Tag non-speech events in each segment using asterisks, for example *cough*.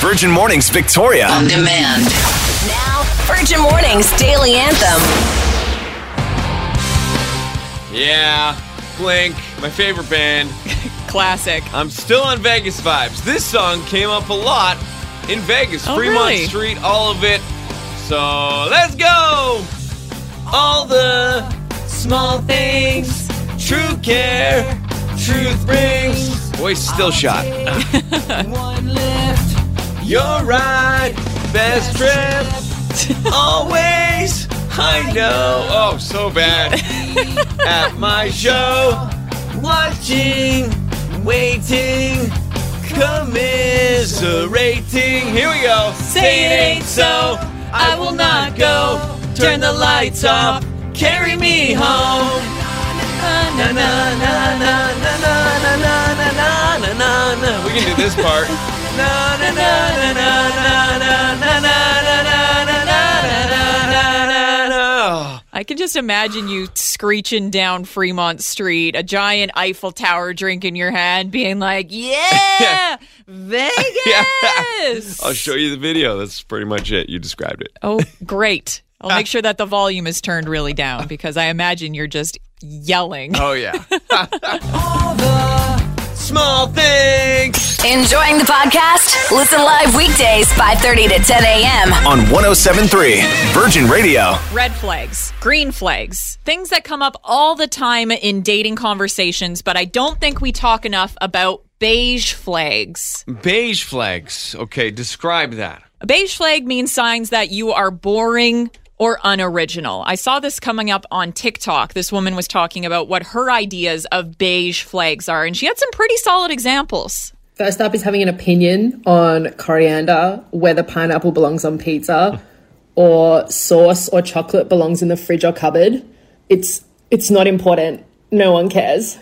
Virgin Mornings Victoria. on demand. Now, Virgin Mornings Daily Anthem. Yeah, Blink, my favorite band. Classic. I'm still on Vegas vibes. This song came up a lot in Vegas, Oh, Fremont really? Street, all of it. So let's go! All the small things, true care, truth brings. Voice still shot. *laughs* One lift, your ride, best trip, always. I know. Oh, so bad at my show. Watching, waiting, commiserating. Here we go. Say it ain't so, I will not go. Turn the lights off, Carry me home. Na na na na na na na na na na na na. We can do this part. Na na na na na na na na na na na na na na na na. I can just imagine you screeching down Fremont Street, a giant Eiffel Tower drink in your hand, being like, yeah, *laughs* Vegas. I'll show you the video. That's pretty much it. You described it. Oh, great. I'll make sure that the volume is turned really down because I imagine you're just yelling. Oh yeah. *laughs* All the small things. Enjoying the podcast? Listen live weekdays 5:30 to 10 a.m. On 1073 Virgin Radio. Red flags, green flags, things that come up all the time in dating conversations, but I don't think we talk enough about beige flags. Beige flags. Okay, describe that. A beige flag means signs that you are boring or unoriginal. I saw this coming up on TikTok. This woman was talking about what her ideas of beige flags are, and she had some pretty solid examples. First up is having an opinion on coriander, whether pineapple belongs on pizza, or sauce or chocolate belongs in the fridge or cupboard. It's it's not important. No one cares.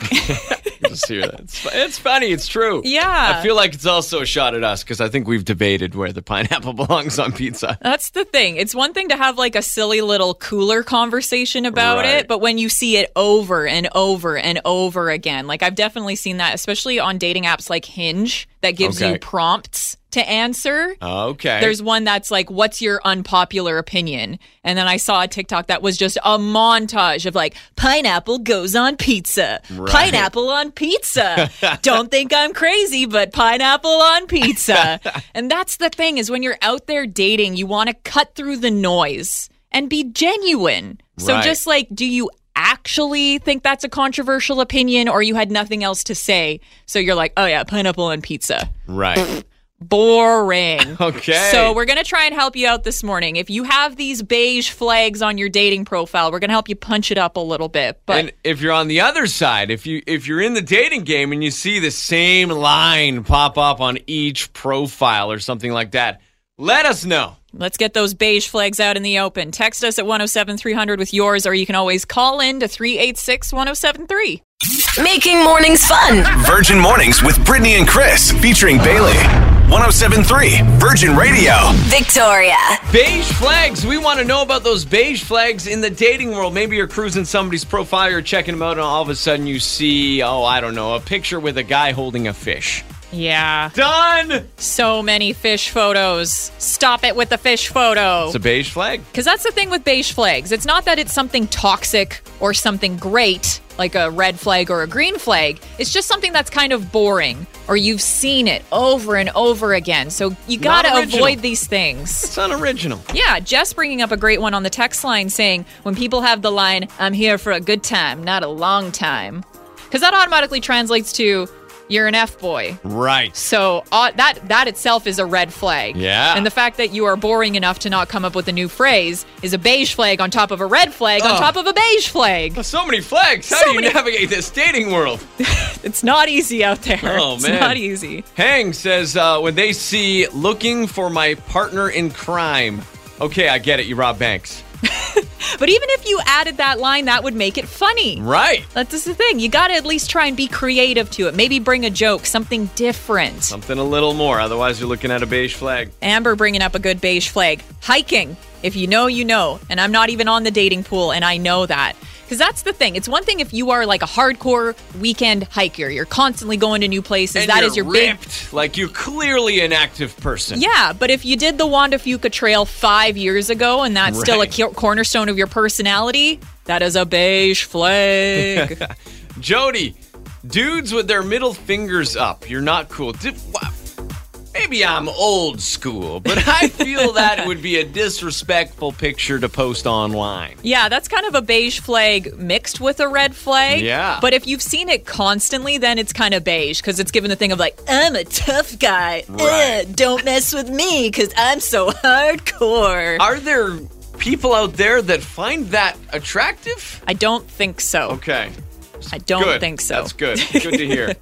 Just hear that. It's, fu- it's funny. It's true. Yeah. I feel like it's also a shot at us because I think we've debated where the pineapple *laughs* belongs on pizza. That's the thing. It's one thing to have like a silly little cooler conversation about Right. it, but when you see it over and over and over again, like I've definitely seen that, especially on dating apps like Hinge that gives Okay. you prompts to answer. Okay. There's one that's like, what's your unpopular opinion? And then I saw a TikTok that was just a montage of like, pineapple goes on pizza, pineapple on *laughs* pizza. Don't think I'm crazy, but pineapple on *laughs* pizza. and that's the thing is when you're out there dating, you want to cut through the noise and be genuine. So Right. just like, do you actually think that's a controversial opinion or you had nothing else to say? So you're like, oh yeah, pineapple on pizza right. boring. *laughs* Okay. So we're going to try and help you out this morning. If you have these beige flags on your dating profile, we're going to help you punch it up a little bit. But and if you're on the other side, if you if you're in the dating game and you see the same line pop up on each profile or something like that, let us know. let's get those beige flags out in the open. Text us at 107300 with yours or you can always call in to 386-1073. Making mornings fun. Virgin Mornings with Brittany and Chris featuring Bailey. 1073 Virgin Radio. Victoria. Beige flags. We want to know about those beige flags in the dating world. Maybe you're cruising somebody's profile, you're checking them out, and all of a sudden you see, oh, I don't know, a picture with a guy holding a fish. Yeah. Done. So many fish photos. Stop it with the fish photo. It's a beige flag. Because that's the thing with beige flags. It's not that it's something toxic or something great, like a red flag or a green flag. It's just something that's kind of boring or you've seen it over and over again. So you got Not to original. avoid these things. *laughs* It's unoriginal. Yeah, Jess bringing up a great one on the text line saying, when people have the line, I'm here for a good time, not a long time. Because that automatically translates to, you're an F boy. Right. So uh, that that itself is a red flag. Yeah. And the fact that you are boring enough to not come up with a new phrase is a beige flag on top of a red flag on Ugh. top of a beige *laughs* flag. So many flags. How So do you many- navigate this dating world? It's not easy out there. Oh, it's man. not easy. Hang says uh, when they see looking for my partner in crime. Okay, I get it. You rob banks. But even if you added that line, that would make it funny. Right. That's just the thing. You got to at least try and be creative to it. Maybe bring a joke, something different. Something a little more. Otherwise, you're looking at a beige flag. Amber bringing up a good beige flag. Hiking. If you know, you know. And I'm not even on the dating pool, and I know that. Because that's the thing. It's one thing if you are like a hardcore weekend hiker, you're constantly going to new places. And that you're is your big ripped. Like you're clearly an active person. yeah, but if you did the Wanda Fuca Trail five years ago and that's still a Right. cor- cornerstone of your personality, that is a beige *laughs* flag. Jody, dudes with their middle fingers up. You're not cool. Di- wha- Maybe I'm old school, but *laughs* I feel that would be a disrespectful picture to post online. yeah, that's kind of a beige flag mixed with a red flag. Yeah. But if you've seen it constantly, then it's kind of beige because it's given the thing of like, I'm a tough guy. Right. Ugh, don't mess with me because I'm so hardcore. Are there people out there that find that attractive? I don't think so. Okay. I don't good. think so. That's good. Good *laughs* to hear.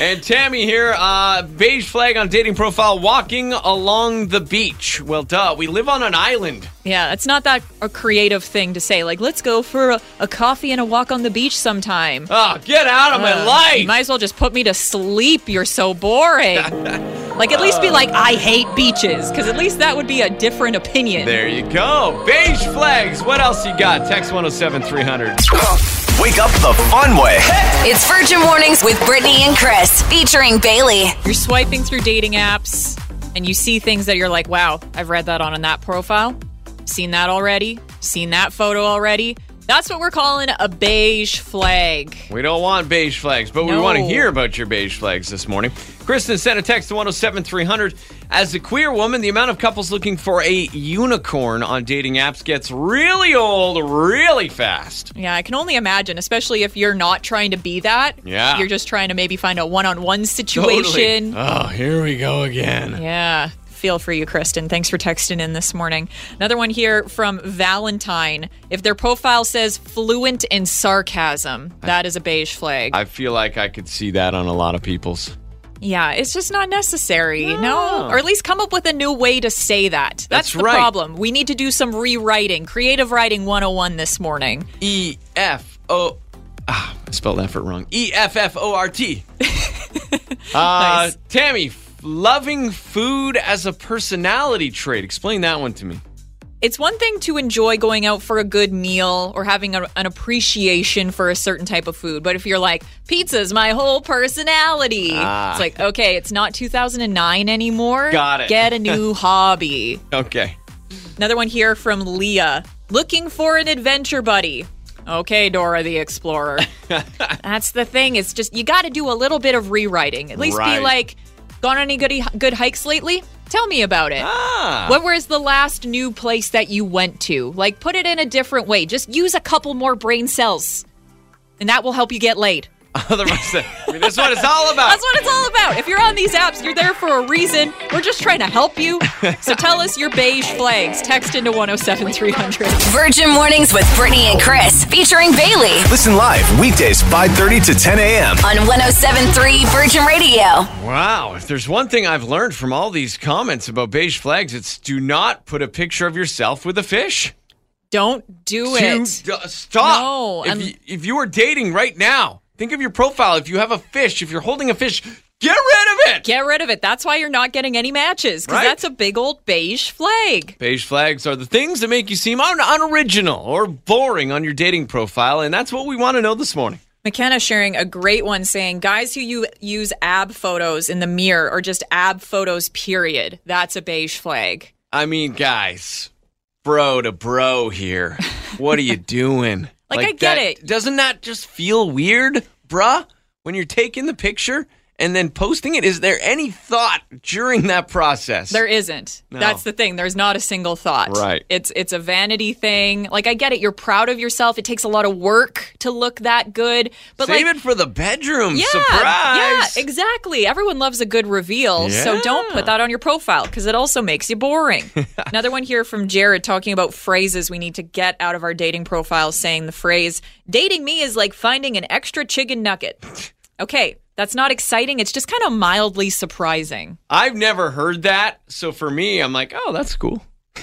and Tammy here, uh, beige flag on dating profile, walking along the beach. Well, duh, we live on an island. Yeah, it's not that a creative thing to say. Like, let's go for a, a coffee and a walk on the beach sometime. Oh, get out of my Ugh, You life. might as well just put me to sleep. You're so boring. *laughs* like, at least be like, I hate beaches, because at least that would be a different opinion. there you go. Beige flags. What else you got? Text 107 300. Wake up the fun way. It's Virgin Mornings with Brittany and Chris, featuring Bailey. You're swiping through dating apps and you see things that you're like, wow, I've read that on in that profile, seen that already, seen that photo already. That's what we're calling a beige flag. We don't want beige flags, but we No. want to hear about your beige flags this morning. Kristen sent a text to 107-300. As a queer woman, the amount of couples looking for a unicorn on dating apps gets really old really fast. Yeah, I can only imagine, especially if you're not trying to be that. Yeah. You're just trying to maybe find a one on one situation. Totally. Oh, here we go *laughs* again. Yeah. Feel for you, Kristen. Thanks for texting in this morning. Another one here from Valentine. If their profile says fluent in sarcasm, that is a beige flag. I feel like I could see that on a lot of people's. yeah, it's just not necessary. No. Or at least come up with a new way to say that. That's, That's the right. problem. We need to do some rewriting, creative writing 101 this morning. E F O Ah, I spelled effort wrong. E F F O *laughs* R T. Uh Nice. Tammy, f- loving food as a personality trait. Explain that one to me. it's one thing to enjoy going out for a good meal or having a, an appreciation for a certain type of food, but if you're like, pizza is my whole personality, it's like, okay, it's not 2009 anymore. Ah. Got it. Get a *laughs* new hobby. Okay. *laughs* Another one here from Leah looking for an adventure buddy. Okay, Dora the *laughs* Explorer. That's the thing. It's just, you got to do a little bit of rewriting. At least Right. be like, gone on any good, good hikes lately? Tell me about it. Ah. What was the last new place that you went to? Like, put it in a different way. Just use a couple more brain cells, and that will help you get laid. Otherwise, uh, I mean, that's what it's all about. That's what it's all about. If you're on these apps, you're there for a reason. We're just trying to help you. So tell us your beige flags. Text into 107300. Virgin Mornings with Brittany and Chris, featuring Bailey Listen live weekdays 5:30 to 10 a.m. on 1073 Virgin Radio. wow. If there's one thing I've learned from all these comments about beige flags, it's do not put a picture of yourself with a fish. Don't do Do- it. d- stop. No, If I'm- you, if you are dating right now, think of your profile. If you have a fish, if you're holding a fish, get rid of it. Get rid of it. That's why you're not getting any matches, because Right. that's a big old beige flag. Beige flags are the things that make you seem un- unoriginal or boring on your dating profile, and that's what we want to know this morning. McKenna sharing a great one saying, guys who you use ab photos in the mirror or just ab photos, period. That's a beige flag. I mean, guys, bro to bro here. *laughs* What are you doing? Like, I get that- it. Doesn't that just feel weird, bruh? When you're taking the picture and then posting it, is there any thought during that process? There isn't. That's the thing. There's not a single thought. Right. It's it's a vanity thing. Like I get it. You're proud of yourself. It takes a lot of work to look that good. But Save like it for the bedroom. yeah, Surprise. yeah, exactly. Everyone loves a good reveal, so don't put that on your profile because it also makes you boring. Another one here from Jared talking about phrases we need to get out of our dating profiles, saying the phrase "dating me is like finding an extra chicken nugget." Okay, that's not exciting. It's just kind of mildly surprising. I've never heard that. So for me, I'm like, oh, that's cool.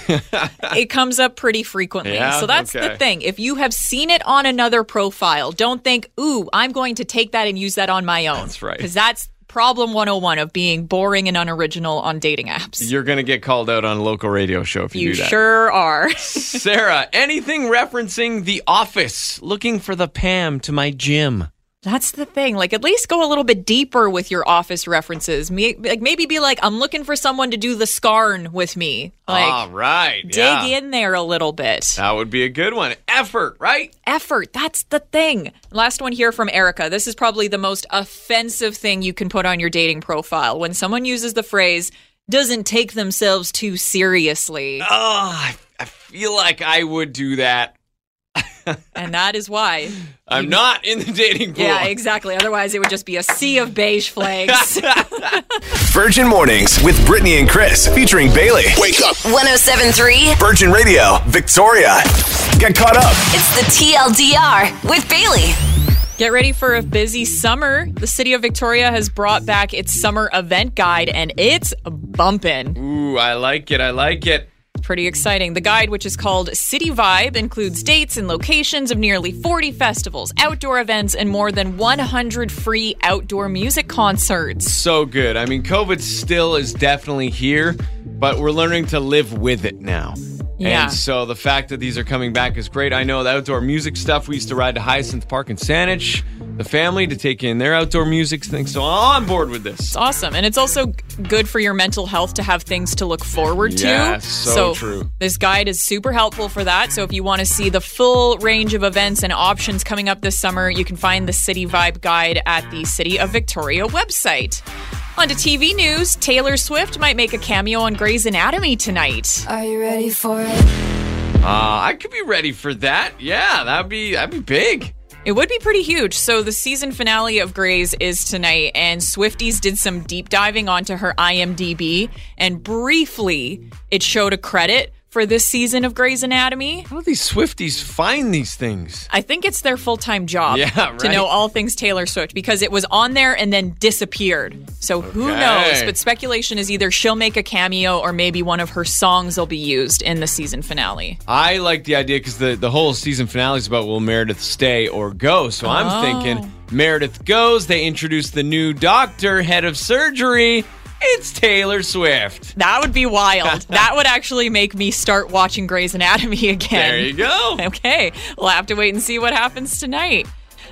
it comes up pretty frequently. Yeah? so that's Okay. the thing. If you have seen it on another profile, don't think, ooh, I'm going to take that and use that on my own. That's right. Because that's problem 101 of being boring and unoriginal on dating apps. You're going to get called out on a local radio show if you, You do that. sure are. *laughs* Sarah, anything referencing The Office? Looking for the Pam to my gym. That's the thing. Like, at least go a little bit deeper with your office references. Me, like, maybe be like, I'm looking for someone to do the scarn with me. Like, All right. dig Ah, yeah. in there a little bit. That would be a good one. Effort, right? Effort. That's the thing. Last one here from Erica. This is probably the most offensive thing you can put on your dating profile when someone uses the phrase doesn't take themselves too seriously. Oh, I, I feel like I would do that. And that is why. I'm not in the dating pool. Yeah, exactly. Otherwise, it would just be a sea of beige flags. Virgin Mornings with Brittany and Chris featuring Bailey. Wake up. 1073, Virgin Radio, Victoria. Get caught up. it's the TLDR with Bailey. Get ready for a busy summer. The city of Victoria has brought back its summer event guide and it's bumping. Ooh, I like it. I like it. Pretty exciting. The guide, which is called City Vibe, includes dates and locations of nearly 40 festivals, outdoor events, and more than 100 free outdoor music concerts. So good. I mean, COVID still is definitely here, but we're learning to live with it now. Yeah. And so the fact that these are coming back is great. I know the outdoor music stuff. We used to ride to Hyacinth Park in Saanich, the family, to take in their outdoor music things. So I'm on board with this. It's awesome. And it's also g- good for your mental health to have things to look forward to. Yeah, so true. This guide is super helpful for that. So if you want to see the full range of events and options coming up this summer, you can find the City Vibe Guide at the City of Victoria website. On to TV news, Taylor Swift might make a cameo on Grey's Anatomy tonight. Are you ready for it? Uh, I could be ready for that. Yeah, that'd be that'd be big. It would be pretty huge. So the season finale of Grey's is tonight, and Swifties did some deep diving onto her IMDb, and briefly it showed a credit for this season of Grey's Anatomy. How do these Swifties find these things? I think it's their full time job Yeah, to right. know all things Taylor Swift because it was on there and then disappeared. So who Okay. knows? But speculation is either she'll make a cameo or maybe one of her songs will be used in the season finale. I like the idea because the, the whole season finale is about will Meredith stay or go. So Oh. I'm thinking Meredith goes. They introduce the new doctor, head of surgery. It's Taylor Swift. That would be *laughs* wild. that would actually make me start watching Grey's Anatomy *laughs* again. There you go. *laughs* Okay, we'll have to wait and see what happens tonight.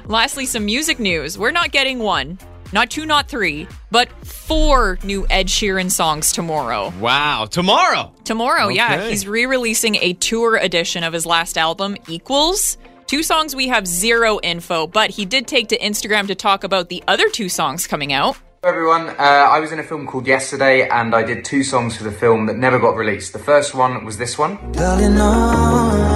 Lastly, some music news. We're not getting one, not two, not three, but four new Ed Sheeran songs tomorrow. Wow. Tomorrow. Tomorrow, yeah, Okay. he's re releasing a tour edition of his last album, Equals. Two songs we have zero info, but he did take to Instagram to talk about the other two songs coming out. Hello everyone, uh, I was in a film called Yesterday and I did two songs for the film that never got released. The first one was this one, Darling,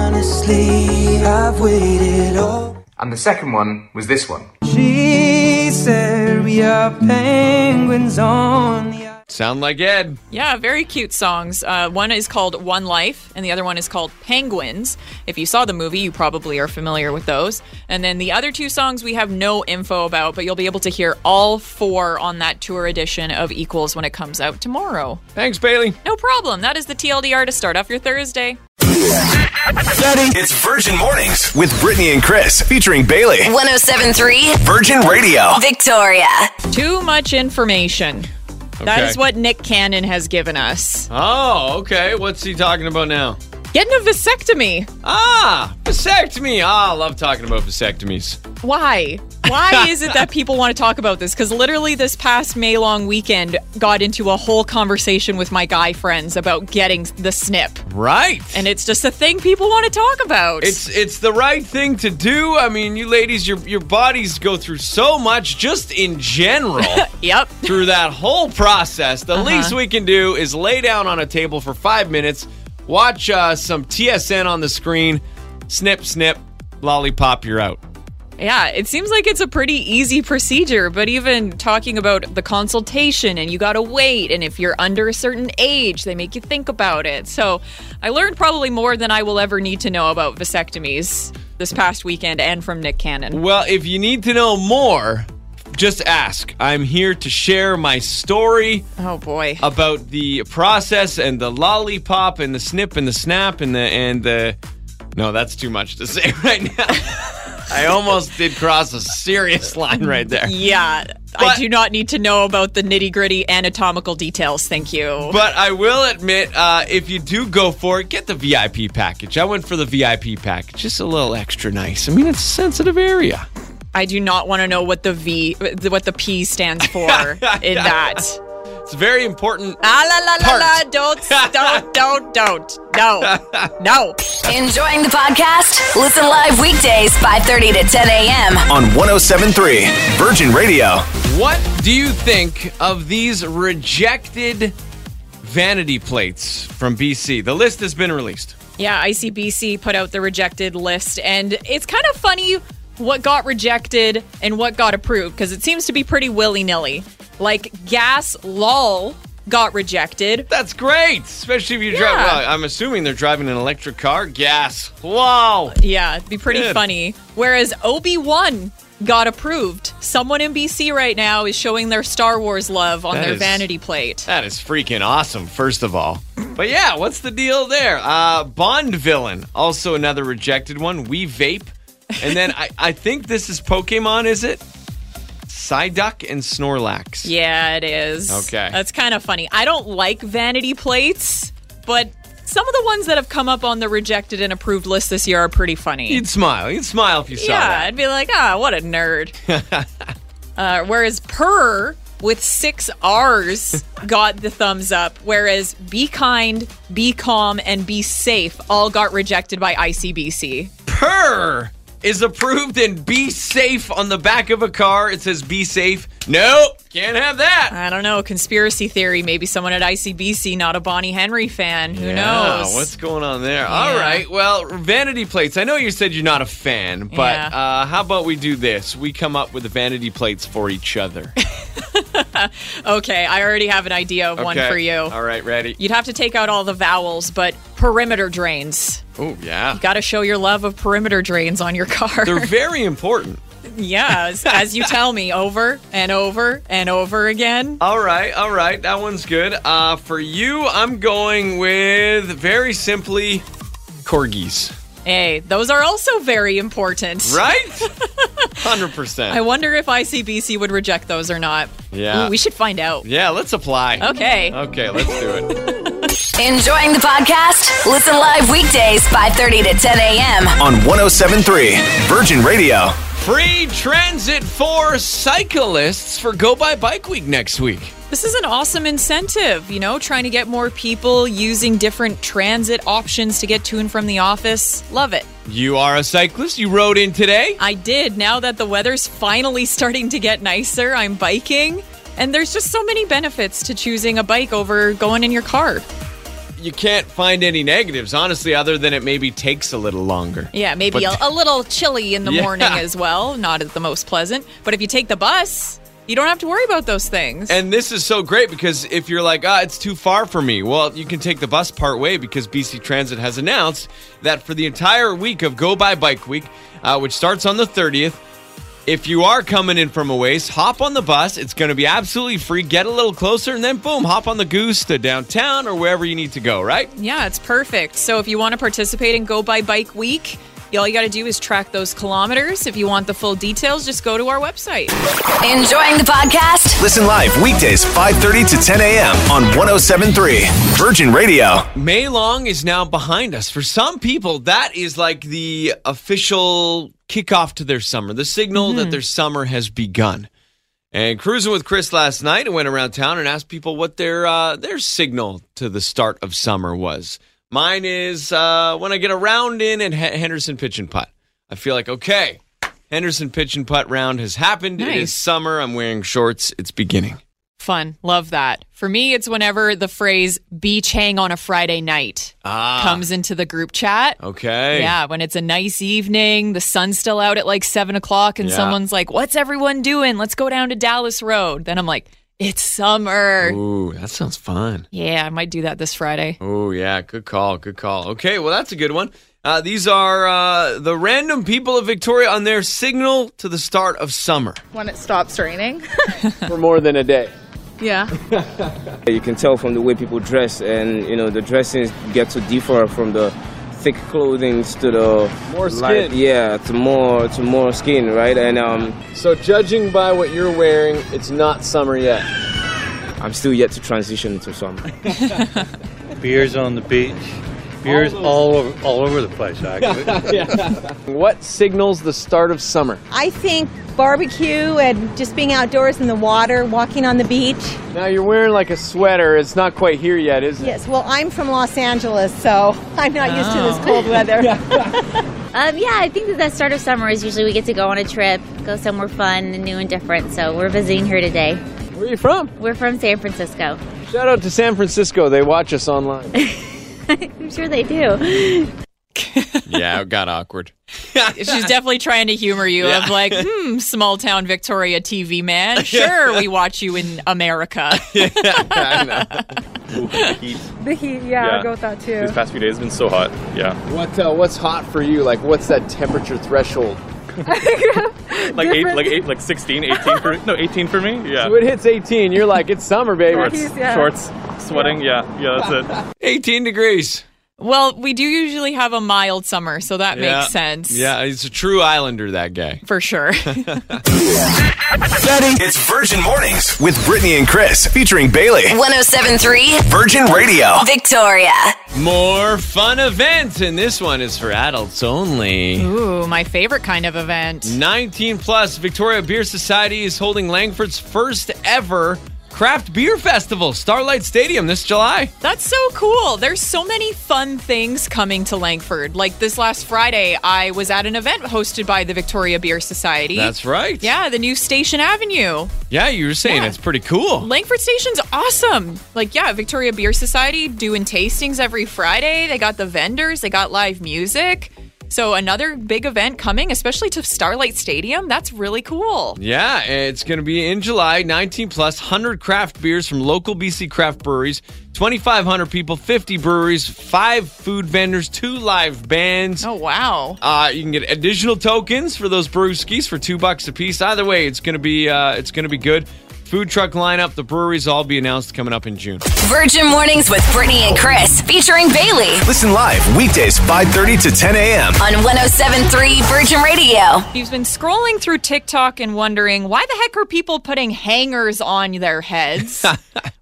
honestly, I've waited all. and the second one was this one. She said we are penguins on the island. Sound like Ed. Yeah, very cute songs. Uh, one is called One Life, and the other one is called Penguins. If you saw the movie, you probably are familiar with those. And then the other two songs we have no info about, but you'll be able to hear all four on that tour edition of Equals when it comes out tomorrow. Thanks, Bailey. No problem. That is the TLDR to start off your Thursday. It's Virgin Mornings with Brittany and Chris featuring Bailey. 1073, Virgin Radio. Victoria. Too much information. That Okay. is what Nick Cannon has given us. Oh, okay. What's he talking about now? Getting a vasectomy. Ah, vasectomy. Ah, I love talking about vasectomies. Why? Why is it that people want to talk about this? Because literally, this past May long weekend got into a whole conversation with my guy friends about getting the snip. Right. And it's just a thing people want to talk about. It's it's the right thing to do. I mean, you ladies, your your bodies go through so much just in general *laughs* yep. through that whole process. The least we can do is lay down on a table for five minutes, watch uh, some TSN on the screen, snip, snip, lollipop, you're out. Yeah, it seems like it's a pretty easy procedure, but even talking about the consultation and you gotta wait, and if you're under a certain age, they make you think about it. So I learned probably more than I will ever need to know about vasectomies this past weekend and from Nick Cannon. Well, if you need to know more, just ask. I'm here to share my story. Oh boy. about the process and the lollipop and the *laughs* snip and the snap and the and the no that's too much to say right now I almost did cross a serious line right there. Yeah, I But- do not need to know about the nitty gritty anatomical details. Thank you. But I will admit, uh, if you do go for it, get the VIP package. I went for the VIP package, just a little extra nice. I mean, it's a sensitive area. I do not want to know what the V, what the P *laughs* stands for in that. It's very important. Ah, la, la, la, la, Part. don't, don't, don't, *laughs* don't. No, no. Enjoying the podcast? Listen live weekdays 5:30 to 10 a.m. on 1073 Virgin Radio. What do you think of these rejected vanity plates from BC? The list has been released. Yeah, ICBC put out the rejected list, and it's kind of funny what got rejected and what got approved because it seems to be pretty willy nilly. Like gas lol got rejected. That's great, especially if you drive. Yeah. Well, I'm assuming they're driving an electric car. Gas. Wow. Yeah, it'd be pretty Good. funny. Whereas Obi Wan got approved. Someone in BC right now is showing their Star Wars love on That their is- vanity plate. That is freaking awesome, first of all. But yeah, what's the deal there? Uh, Bond villain, also another rejected one. We vape. And then I, I think this is Pokemon, is it? Psyduck and Snorlax. Yeah, it is. Okay. That's kind of funny. I don't like vanity plates, but some of the ones that have come up on the rejected and approved list this year are pretty funny. You'd smile. You'd smile if you saw yeah, that. I'd be like, ah, what a *laughs* nerd. uh, whereas purr with six R's got the thumbs up, whereas be kind, be calm, and be safe all got rejected by ICBC. Purr is approved and be safe on the back of a car. It says be safe. Nope, can't have that. I don't know, conspiracy theory. Maybe someone at ICBC, not a Bonnie Henry fan. Who Yeah, knows? what's going on there? All right. Well, vanity plates. I know you said you're not a fan, but Yeah. uh, how about we do this? We come up with the vanity plates for each other. Okay, I already have an idea of *laughs* one Okay. for you. All right, ready? You'd have to take out all the vowels, but perimeter drains. Oh yeah. Got to show your love of perimeter drains on your car. *laughs* They're very important. yeah, as, as you tell me over and over and over again. All right, all right. That one's good. Uh, for you, I'm going with very simply corgis. Hey, those are also very important. *laughs* Right? I 100%. wonder if ICBC would reject those or not. Yeah. Ooh, we should find out. Yeah, let's apply. Okay. Okay, let's do it. Enjoying the podcast? Listen live weekdays 5:30 to 10 a.m. On 1073 Virgin Radio. Free transit for cyclists for Go By Bike Week next week. This is an awesome incentive, you know, trying to get more people using different transit options to get to and from the office. Love it. You are a cyclist. You rode in today. I did. Now that the weather's finally starting to get nicer, I'm biking. And there's just so many benefits to choosing a bike over going in your car. You can't find any negatives, honestly, other than it maybe takes a little longer. Yeah, maybe But- a, a little chilly in the Yeah. morning as well. Not the most pleasant. But if you take the bus, you don't have to worry about those things. And this is so great because if you're like, ah, it's too far for me, well, you can take the bus part way because BC Transit has announced that for the entire week of Go By Bike Week, uh, which starts on the 30th, if you are coming in from a ways, hop on the bus. It's going to be absolutely free. Get a little closer, and then boom, hop on the goose to downtown or wherever you need to go, right? yeah, it's perfect. So if you want to participate in Go by Bike Week, all you got to do is track those kilometers. If you want the full details, just go to our website. Enjoying the podcast? Listen live weekdays 5:30 to 10 a.m. on 1073 Virgin Radio. May Long is now behind us. For some people, that is like the official kickoff to their summer, the signal that Mm-hmm. their summer has begun. And cruising with Chris last night, I went around town and asked people what their uh, their signal to the start of summer was. Mine is uh, when I get a round in and H- Henderson pitch and putt. I feel like okay, Henderson pitch and putt round has happened. It is Nice. summer. I'm wearing shorts. It's beginning. Fun. Love that. For me, it's whenever the phrase beach hang on a Friday night Ah. comes into the group chat. Okay. Yeah, when it's a nice evening, the sun's still out at like seven o'clock, and Yeah. someone's like, What's everyone doing? Let's go down to Dallas Road. Then I'm like, It's summer. Ooh, that sounds fun. Yeah, I might do that this Friday. Oh yeah, good call, good call. Okay, well that's a good one. Uh, these are uh, the random people of Victoria on their signal to the start of summer. when it stops raining. for more than a day. *laughs* yeah. You can tell from the way people dress, and you know the dressings get to differ from the thick clothing to the More skin. light- yeah, to more to more skin, right? And um, So judging by what you're wearing, it's not summer yet. I'm still yet to transition to summer. Beers on the beach. Beers all over all over the place. Actually. *laughs* What signals the start of summer? I think barbecue and just being outdoors in the water, walking on the beach. Now you're wearing like a sweater. It's not quite here yet, is it? Yes, well, I'm from Los Angeles, so *laughs* I'm not used to this cold weather. Um, yeah, I think that the start of summer is usually we get to go on a trip, go somewhere fun and new and different. So we're visiting here today. Where are you from? We're from San Francisco. Shout out to San Francisco. They watch us online. *laughs* I'm sure they do. *laughs* yeah, it got awkward. *laughs* She's definitely trying to humor you Yeah. of *laughs* like, hmm, small town Victoria TV man. Sure, we watch you in *laughs* America. The heat, yeah, I'll Yeah. go with that too. These past few days have been so hot. Yeah. What uh, What's hot for you? Like, what's that temperature threshold? *laughs* Like eight, like eight, like 16, 18 for no, 18 for me. Yeah. So it hits 18. You're like, it's summer, baby. Shorts, shorts, sweating. Yeah, yeah, that's it. 18 degrees. well, we do usually have a mild summer, so that Yeah. makes sense. Yeah, he's a true islander, that guy. For *laughs* sure. It's Virgin Mornings with Brittany and Chris featuring Bailey. 1073 Virgin Radio. Victoria. More fun events, and this one is for adults only. Ooh, my favorite kind of event. 19 plus, Victoria Beer Society is holding Langford's first ever craft beer festival, Starlight Stadium, this July. That's so cool. There's so many fun things coming to Langford. Like this last Friday, I was at an event hosted by the Victoria Beer Society. That's right. Yeah, the new Station Avenue. Yeah, you were saying Yeah. it's pretty cool. Langford Station's awesome. Like, yeah, Victoria Beer Society doing tastings every Friday. They got the vendors, they got live music. So, another big event coming, especially to Starlight Stadium. That's really cool. Yeah, it's going to be in July. 19 plus, 100 craft beers from local BC craft breweries, 2,500 people, 50 breweries, five food vendors, two live bands. Oh, wow. Uh, you can get additional tokens for those brewskis for two bucks a piece. Either way, it's gonna be uh, it's gonna be good. Food truck lineup, the breweries all be announced coming up in June. Virgin Mornings with Brittany and Chris featuring Bailey Listen live weekdays 5:30 to 10 a.m. on 1073 Virgin Radio. He's been scrolling through TikTok and wondering why the heck are people putting hangers on their *laughs* heads?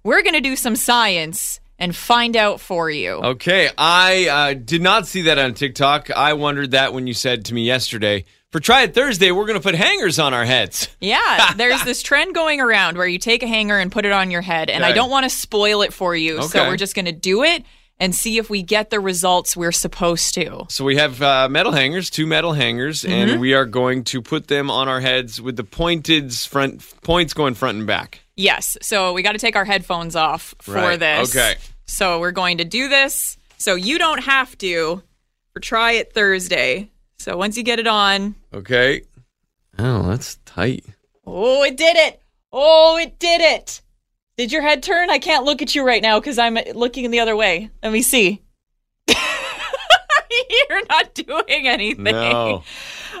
We're going to do some science and find out for you. Okay, I uh, did not see that on TikTok. I wondered that when you said to me yesterday. For Try It Thursday, we're gonna put hangers on our heads. *laughs* Yeah, there's this trend going around where you take a hanger and put it on your head, and I Okay. don't want to spoil it for you, so Okay. we're just going to do it and see if we get the results we're supposed to. So we have uh, metal hangers, two metal hangers, Mm-hmm. and we are going to put them on our heads with the pointed front points going front and back. Yes, so we got to take our headphones off for Right, this. okay. So we're going to do this. So you don't have to for try it Thursday. So once you get it on, Okay. Oh, that's tight. oh, it did it. Oh, it did it. Did your head turn? I can't look at you right now because I'm looking the other way. Let me see. *laughs* You're not doing anything. No.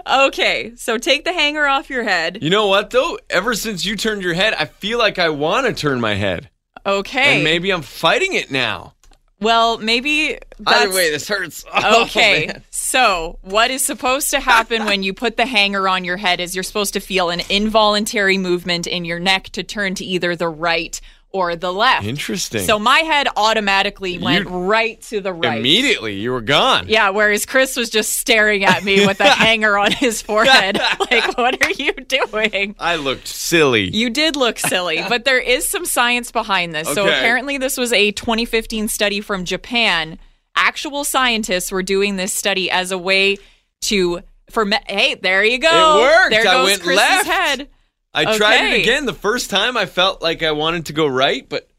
Okay, so take the hanger off your head. You know what though? Ever since you turned your head, I feel like I want to turn my head, Okay. and maybe I'm fighting it now. well, maybe that's Either way, this hurts. *laughs* Oh, Okay. man. so, what is supposed to happen when you put the hanger on your head is you're supposed to feel an involuntary movement in your neck to turn to either the right or the left. Interesting. So, my head automatically went right to the right. Immediately, you were gone. Yeah, whereas Chris was just staring at me with a hanger on his forehead. *laughs* like, what are you doing? I looked silly. You did look *laughs* silly, but there is some science behind this. So Okay. apparently, this was a 2015 study from Japan. Actual scientists were doing this study as a way to for me- hey, there you go. It worked. There I goes went Chris's left. head. I tried it okay. again the first time. I felt like I wanted to go right, but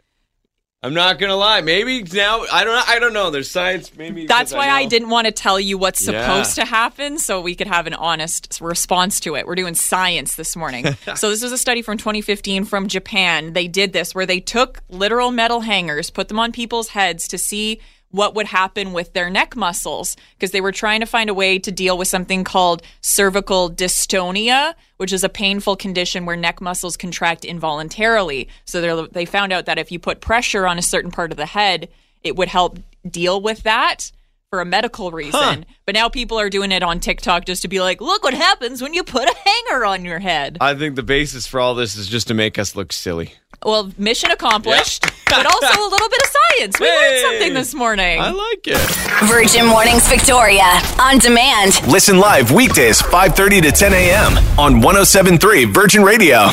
I'm not gonna lie. Maybe now I don't. I don't know. There's science. Maybe That's 'cause why I, know. didn't want to tell you what's Yeah. supposed to happen so we could have an honest response to it. We're doing science this morning. so, this was a study from 2015 from Japan. They did this where they took literal metal hangers, put them on people's heads to see what would happen with their neck muscles because they were trying to find a way to deal with something called cervical dystonia, which is a painful condition where neck muscles contract involuntarily. So, they're- they found out that if you put pressure on a certain part of the head, it would help deal with that for a medical reason. But now people are doing it on TikTok just to be like, look what happens when you put a hanger on your head. I think the basis for all this is just to make us look silly. Well, mission accomplished, but also a little bit of science. We learned something this morning. I like it. Virgin Mornings Victoria on demand. Listen live weekdays 5:30 to 10 a.m. on 1073 Virgin Radio.